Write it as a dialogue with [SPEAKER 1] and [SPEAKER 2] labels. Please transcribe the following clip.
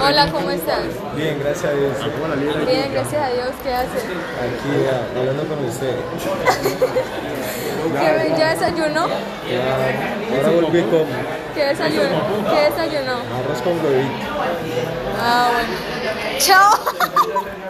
[SPEAKER 1] Hola, ¿cómo estás?
[SPEAKER 2] Bien, gracias a Dios.
[SPEAKER 1] Bien, gracias a Dios, ¿qué haces?
[SPEAKER 2] Aquí ah, hablando con usted.
[SPEAKER 1] ¿Qué ven- ¿Ya desayunó?
[SPEAKER 2] Ya, ahora volví con
[SPEAKER 1] ¿Qué desayunó? ¿Qué desayunó?
[SPEAKER 2] arroz con huevito.
[SPEAKER 1] Ah, bueno. Chao.